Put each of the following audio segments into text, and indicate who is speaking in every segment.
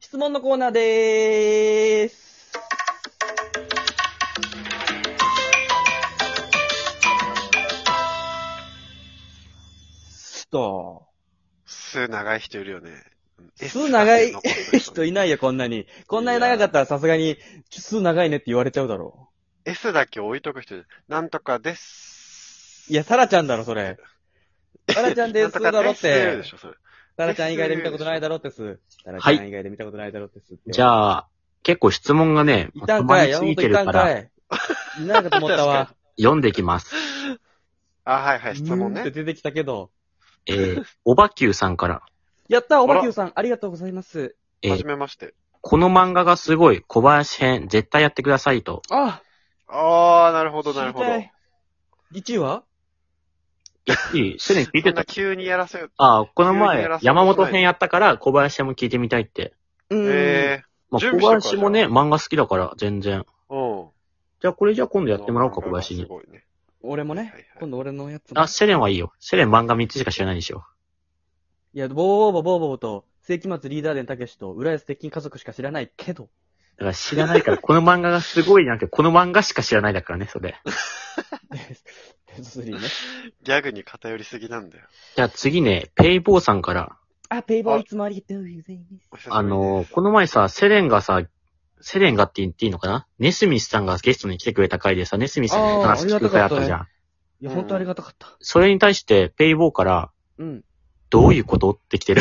Speaker 1: 質問のコーナーでーす。スト
Speaker 2: す長い人いるよね。うん
Speaker 1: ー。す長
Speaker 2: S
Speaker 1: い
Speaker 2: だけ残ってる人
Speaker 1: 人いないよ、こんなに。こんなに長かったらさすがに、す長いねって言われちゃうだろ
Speaker 2: S だけ置いとく人いる。なんとかです。
Speaker 1: う。いや、サラちゃんだろ、それ。サラちゃんで
Speaker 2: なん
Speaker 1: す
Speaker 2: と
Speaker 1: だ
Speaker 2: か
Speaker 1: ろ
Speaker 2: で
Speaker 1: っ
Speaker 2: すって言う
Speaker 1: て
Speaker 2: で。しょ、それ。
Speaker 1: サラちゃん以外で見たことないだろってす。サラちゃん以外で見たことないだろってすって。
Speaker 3: じゃあ、結構質問がね、
Speaker 1: い
Speaker 3: ま
Speaker 1: た
Speaker 3: と
Speaker 1: ん
Speaker 3: ま
Speaker 1: かい、
Speaker 3: りす
Speaker 1: 山
Speaker 3: ぎ
Speaker 1: 本
Speaker 3: て
Speaker 1: いた
Speaker 3: る
Speaker 1: ん
Speaker 3: から、
Speaker 1: かい。いないかと思ったわ。
Speaker 3: 読んできます。
Speaker 2: あ、はいはい、質問
Speaker 1: うーんって
Speaker 2: ね。
Speaker 1: 出てきたけど。
Speaker 3: えー、 おばきゅうさんから、
Speaker 1: やった、おばきゅうさん、ありがとうございます。
Speaker 3: え
Speaker 2: はじ
Speaker 3: ー、
Speaker 2: めまして。
Speaker 3: この漫画がすごい、小林編、絶対やってくださいと。
Speaker 1: あ、
Speaker 2: あー、なるほど、なるほど。
Speaker 1: 聞きたい。1位は
Speaker 3: いい、すでに聞い
Speaker 2: そ
Speaker 3: て
Speaker 2: んな
Speaker 3: た。
Speaker 2: 急にやらせる。
Speaker 3: ああ、この
Speaker 2: 急に
Speaker 3: 前
Speaker 2: やら、せようと
Speaker 3: 山
Speaker 2: しない
Speaker 3: 本編やったから、小林編も聞いてみたいって。
Speaker 1: うーん。
Speaker 2: え
Speaker 3: まあ、
Speaker 2: 準
Speaker 3: 小
Speaker 2: 備し
Speaker 3: 林
Speaker 2: てこ
Speaker 3: も
Speaker 2: うかじ
Speaker 3: ね、漫画好きだから、全然。
Speaker 2: ー、うん。
Speaker 3: じゃあ、これじゃあ今度やってもらおうか、小林
Speaker 2: す
Speaker 3: に。
Speaker 2: ごいね。
Speaker 1: 俺も
Speaker 2: はい
Speaker 1: ね
Speaker 2: はいはい、
Speaker 1: 今度俺のやつも。
Speaker 3: あ、セレンはいいよ。セレン漫画3つしか知らないでしょ。
Speaker 1: いや、ボーボーボーボーボーと、世紀末リーダー伝たけしと、浦安鉄筋家族しか知らないけど。
Speaker 3: だから知らないから、この漫画がすごいじゃなくて、この漫画しか知らないだからね、それ。
Speaker 1: ベスト3ね。
Speaker 2: ギャグに偏りすぎなんだよ。
Speaker 3: じゃあ次ね、ペイボーさんから。
Speaker 1: あ、ペイボーいつもありがとうございます。
Speaker 2: お久しぶりです
Speaker 3: あの、この前さ、セレンがさ、セレンがって言っていいのかなネスミスさんがゲストに来てくれた回でさ、ネスミスさんの話聞く回あったじゃん。
Speaker 1: いや、ほんとありがたかった。
Speaker 3: それに対して、ペイボーから、
Speaker 1: うん。
Speaker 3: どういうことって来 てる。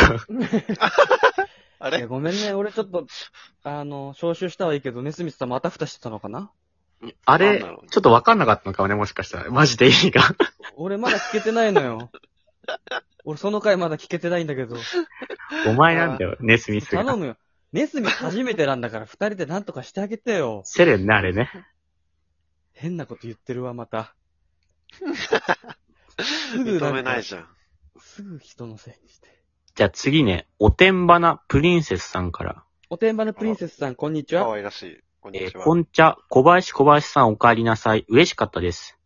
Speaker 2: あ
Speaker 1: いや、
Speaker 2: れ
Speaker 1: ごめんね、俺ちょっと、あの、招集したはいいけど、ネスミスさんまたふたしてたのかな
Speaker 2: な
Speaker 3: あ
Speaker 2: んだ
Speaker 3: れ
Speaker 2: ろう、
Speaker 3: ちょっとわかんなかったのかもね、もしかしたら。マジで意 味が。
Speaker 1: 俺まだ聞けてないのよ。俺その回まだ聞けてないんだけど。
Speaker 3: お前なんだよ、ネスミス
Speaker 1: 頼
Speaker 3: が。
Speaker 1: むよ。ネスミス初めてなんだから、二人でなんとかしてあげてよ。
Speaker 3: セレンね、あれね。
Speaker 1: 変なこと言ってるわ、また。すぐ
Speaker 2: 認め
Speaker 1: ん
Speaker 2: な
Speaker 1: か
Speaker 2: い、じゃん。
Speaker 1: すぐ人のせいにして。
Speaker 3: じゃあ次ね、おてんばなプリンセスさんから。
Speaker 1: おてんばのプリンセスさん、こんにち
Speaker 2: 可
Speaker 1: は。
Speaker 2: 愛らしい。こん
Speaker 3: え
Speaker 2: に
Speaker 3: ー
Speaker 2: ちは
Speaker 3: こ。んちゃ、小林小林さんお帰りなさい。嬉しかったです。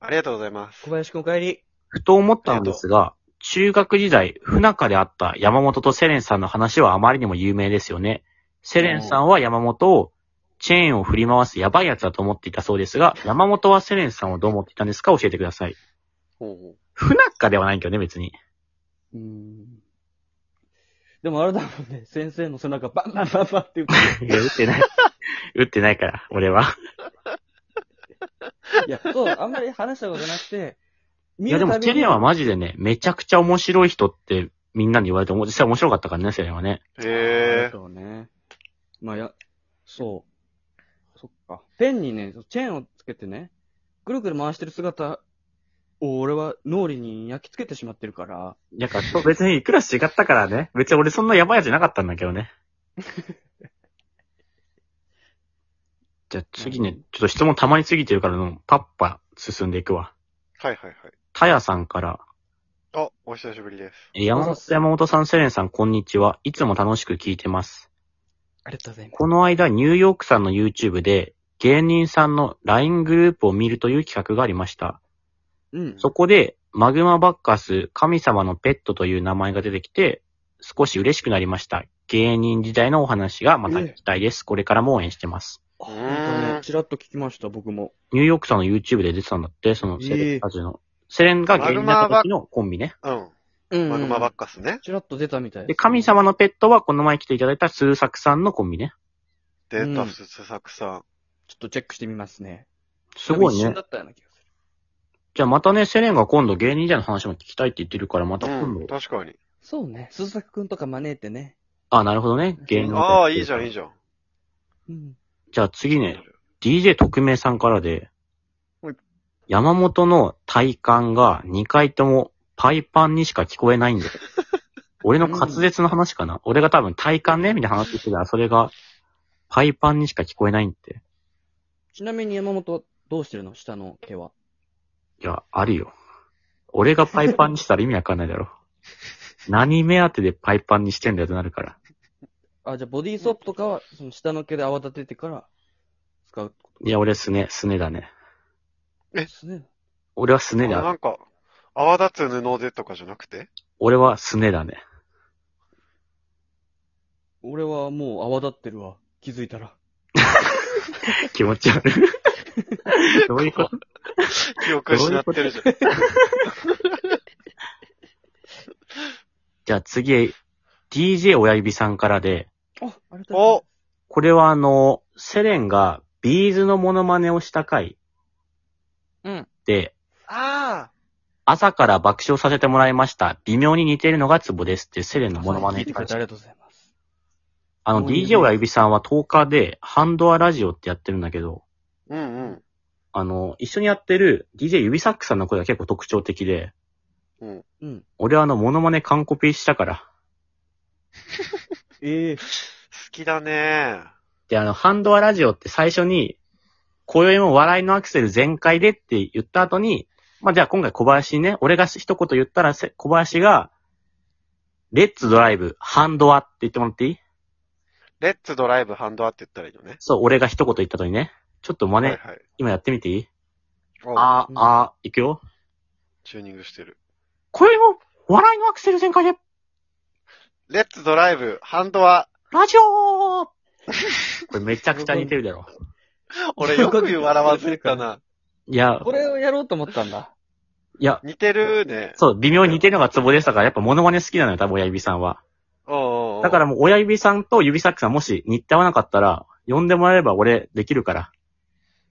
Speaker 2: ありがとうございます
Speaker 1: 小。林くんお帰り。
Speaker 3: ふと思ったのですが、中学時代、不仲であった山本とセレンさんの話はあまりにも有名ですよね。セレンさんは山本を、チェーンを振り回すやばいやつだと思っていたそうですが、山本はセレンさんをどう思っていたんですか教えてください。
Speaker 2: ほうほう
Speaker 3: 不仲ではないけどね、別に。
Speaker 1: うーん。でもあれだもんね、先生の背中バンバンバンバンって打って
Speaker 3: いや、打ってない。 打ってないから、俺は。
Speaker 1: いや、そう、あんまり話したことなくて、
Speaker 3: い
Speaker 1: 見
Speaker 3: や、でも
Speaker 1: たび
Speaker 3: セ
Speaker 1: に
Speaker 3: レンはマジでね、めちゃくちゃ面白い人ってみんなに言われて、実際面白かったからね、セレンはね。
Speaker 2: へえ。
Speaker 1: そうね。まあ、や、そう。そっか。ペンにね、チェーンをつけてね、ぐるぐる回してる姿を俺は脳裏に焼き付けてしまってるから、
Speaker 3: だからそう別にいくら違ったからね、別に俺そんなやばいやつじゃなかったんだけど ね。じゃあ次ね、ちょっと質問溜まりすぎてるからの、パッパ進んでいくわ。
Speaker 2: はいはいはい。
Speaker 3: タヤさんから、
Speaker 2: あ、お久しぶりです。
Speaker 3: え山本山本さん、セレンさん、こんにちは。いつも楽しく聞いてます。
Speaker 1: ありがとうございます。
Speaker 3: この間、ニューヨークさんの YouTube で、芸人さんの LINE グループを見るという企画がありました。
Speaker 1: うん。
Speaker 3: そこで、マグマバッカス、神様のペットという名前が出てきて、少し嬉しくなりました。芸人時代のお話がまた聞きたいです。これからも応援してます。
Speaker 1: あほんとね、ちらっと聞きました、僕も。
Speaker 3: ニューヨークさんの YouTube で出てたんだって、そのセレンたちの。セレンが芸人だった時のコンビね。
Speaker 2: うん。
Speaker 1: うん
Speaker 2: マグマバッカスね。
Speaker 1: ちらっと出たみたい
Speaker 3: で、神。様のペットはこの前来ていただいたスーサクさんのコンビね。
Speaker 2: デー
Speaker 1: うん
Speaker 2: タススサクさ
Speaker 1: ちょっとチェックしてみますね。
Speaker 3: すごい
Speaker 1: 多分一瞬
Speaker 3: ね
Speaker 1: だ。ったような気がする。
Speaker 3: じゃあまたね、セレンが今度芸人時代の話も聞きたいって言ってるから、ま
Speaker 2: ん。
Speaker 3: た今
Speaker 2: うん、
Speaker 3: 度。
Speaker 2: 確かに。
Speaker 1: そうね、鈴作くんとか招いてね。
Speaker 3: あ、なるほどね。芸人の
Speaker 2: ああ、いいじゃん、いい
Speaker 3: じ
Speaker 2: じゃん。
Speaker 1: うん。
Speaker 3: ゃん。じゃあ次ね、DJ 特命さんからで
Speaker 1: はい、
Speaker 3: 山本の体感が2回ともパイパンにしか聞こえない んだよ。俺の滑舌の話かな、俺が多分体感ねみたいな話してたら、それがパイパンにしか聞こえないんって。
Speaker 1: ちなみに山本、どうしてるの下の毛は。
Speaker 3: いや、あるよ。俺がパイパンにしたら意味わかんない だろ。何目当てでパイパンにしてんだよってなるから。
Speaker 1: あ、じゃあボディーソープとかは、その下の毛で泡立ててから、使う。
Speaker 3: いや、俺すね、すねだね。
Speaker 2: え
Speaker 1: すね。
Speaker 3: 俺はすね
Speaker 2: あな
Speaker 3: だ。
Speaker 2: んか、泡立つ 布でとかじゃなくて
Speaker 3: 俺はすねだね。
Speaker 1: 俺はもう泡立ってるわ。気づいたら。
Speaker 3: 気持ち悪 い。どういうこと
Speaker 2: 記憶失ってるじゃん。
Speaker 3: じゃあ次、DJ 親指さんからで、
Speaker 1: あ、ありがとうござい
Speaker 2: お
Speaker 3: これはあの、セレンがビーズのモノマネをした回
Speaker 1: うん
Speaker 3: で、
Speaker 2: あ
Speaker 3: 朝から爆笑させてもらいました。微妙に似てるのがツボですっていうセレンの
Speaker 1: ます。
Speaker 3: モノマネ
Speaker 1: 聞いて
Speaker 3: に
Speaker 1: くれ
Speaker 3: 関して
Speaker 1: てありがとうございます。
Speaker 3: あの、
Speaker 1: そういう
Speaker 3: DJ 親指さんは10日で、ハンドアラジオってやってるんだけど、
Speaker 2: あうんうん。
Speaker 3: あの、一緒にやってる DJ 指サックさんの声が結構特徴的で、
Speaker 1: うん。
Speaker 3: 俺はあの、モノマネ完コピしたから。
Speaker 1: ええ
Speaker 2: 好きだね
Speaker 3: で、あの、ハンドアラジオって最初に、今宵も笑いのアクセル全開でって言った後に、まあ、じゃあ今回小林にね、俺が一言言ったらせ小林が、レッツドライブ、ハンドアって言ってもらっていい
Speaker 2: レッツドライブハンドアって言ったらいいよね。
Speaker 3: そう、俺が一言言った後にね、ちょっと真似、
Speaker 2: はいはい。
Speaker 3: 今やってみていい
Speaker 2: お
Speaker 3: あー、
Speaker 1: うん
Speaker 3: あー、いくよ。
Speaker 2: チューニングしてる。
Speaker 3: 今宵も笑いのアクセル全開で、
Speaker 2: レッツドライブハンドア。
Speaker 3: ラジオーこれめちゃくちゃ似てるだろ。
Speaker 2: 俺よく笑わせたな。
Speaker 3: いや、
Speaker 1: これをやろうと思ったんだ。
Speaker 3: いや、
Speaker 2: 似てる ね。
Speaker 3: そう、微妙に似てるのがツボでしたから、やっぱモノマネ好きなのよ、多分親指さんは。
Speaker 2: おうおうおう
Speaker 3: だからもう親指さんと指サックさんもし似て合わなかったら、呼んでもらえれば俺できるから。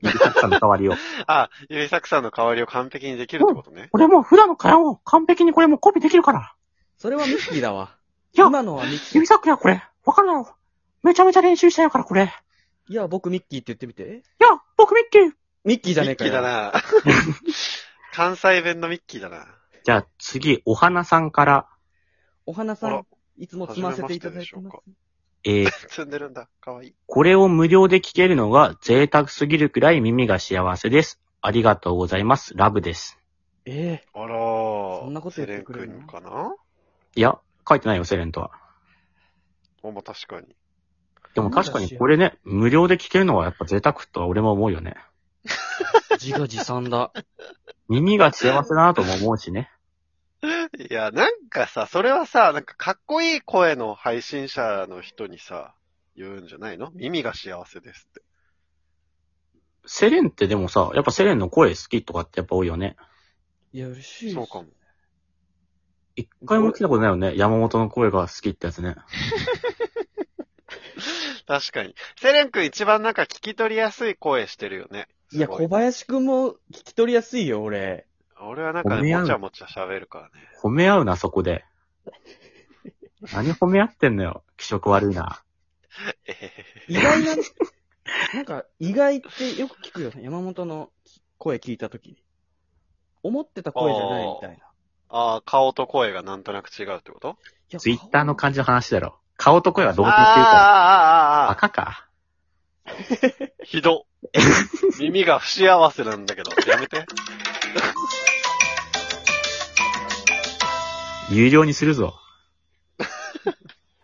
Speaker 3: 指サックさんの代わ りを。
Speaker 2: あ、ゆりさくさんの代わりを完璧にできるってことね。
Speaker 3: 俺もう普段の会話を完璧にこれもコピーできるから。
Speaker 1: それはミッキーだわ。
Speaker 3: いや
Speaker 1: 今のはミッキー
Speaker 3: 指。サックやこれ。わかるだろ。めちゃめちゃ練習したんやからこれ。い
Speaker 1: いや、僕ミッキーって言ってみて。え
Speaker 3: や、僕ミッキー。
Speaker 1: ミッキーじゃね
Speaker 2: ミ
Speaker 1: え
Speaker 2: ッ
Speaker 1: か
Speaker 2: キー
Speaker 1: よ。
Speaker 2: だな関西弁のミッキーだな。
Speaker 3: じゃあ次、お花さんから、
Speaker 1: お花さ
Speaker 2: あ
Speaker 1: ん
Speaker 2: ら、
Speaker 1: いつも積ませていただいて
Speaker 2: 初め
Speaker 1: ま
Speaker 2: まして
Speaker 1: す。
Speaker 3: えー、
Speaker 2: 積んでるんだ。かわいい。
Speaker 3: これを無料で聞けるのが贅沢すぎるくらい耳が幸せです。ありがとうございます。ラブです。
Speaker 1: ええ
Speaker 2: あらー。
Speaker 1: そんなこと言ってくれる
Speaker 2: セ
Speaker 1: の
Speaker 2: レン君かない
Speaker 3: や、書いてないよ、セレンとは。
Speaker 2: おまあ確かに。
Speaker 3: でも確かにこれね、無料で聞けるのはやっぱ贅沢とは俺も思うよね。
Speaker 1: 自画自賛だ。
Speaker 3: 耳が幸せだなとも思うしね。
Speaker 2: いや、なんかさ、それはさ、なんかかっこいい声の配信者の人にさ、言うんじゃないの耳が幸せですって。
Speaker 3: セレンってでもさ、やっぱセレンの声好きとかってやっぱ多いよね。
Speaker 1: いや、嬉しい。
Speaker 2: そうかも。。
Speaker 3: 一回も聞いたことないよね。山本の声が好きってやつね。
Speaker 2: 確かに。セレン君一番なんか聞き取りやすい声してるよね。
Speaker 1: いや、
Speaker 2: すご
Speaker 1: 小林くんも聞き取りやすいよ、俺。
Speaker 2: 俺はなんか
Speaker 3: おめ
Speaker 2: ね、
Speaker 3: えやん
Speaker 2: もちゃもちゃ喋るからね。
Speaker 3: 褒め合うな、そこで。何褒め合ってんのよ。気色悪いな。
Speaker 2: えへへ
Speaker 1: 意外な、なんか、意外ってよく聞くよね。山本の声聞いたときに。思ってた声じゃないみたいな。
Speaker 2: ああ、顔と声がなんとなく違うってこと
Speaker 1: いや
Speaker 3: ツイッターの感じの話だろ。顔と声は同
Speaker 2: あ
Speaker 3: 時
Speaker 2: あ
Speaker 3: にしてるか
Speaker 2: あ
Speaker 3: ら。
Speaker 2: あ、ああ、あ
Speaker 3: バカか。
Speaker 2: あ、ひど。耳が不幸せなんだけど、やめて。
Speaker 3: 有料にするぞ。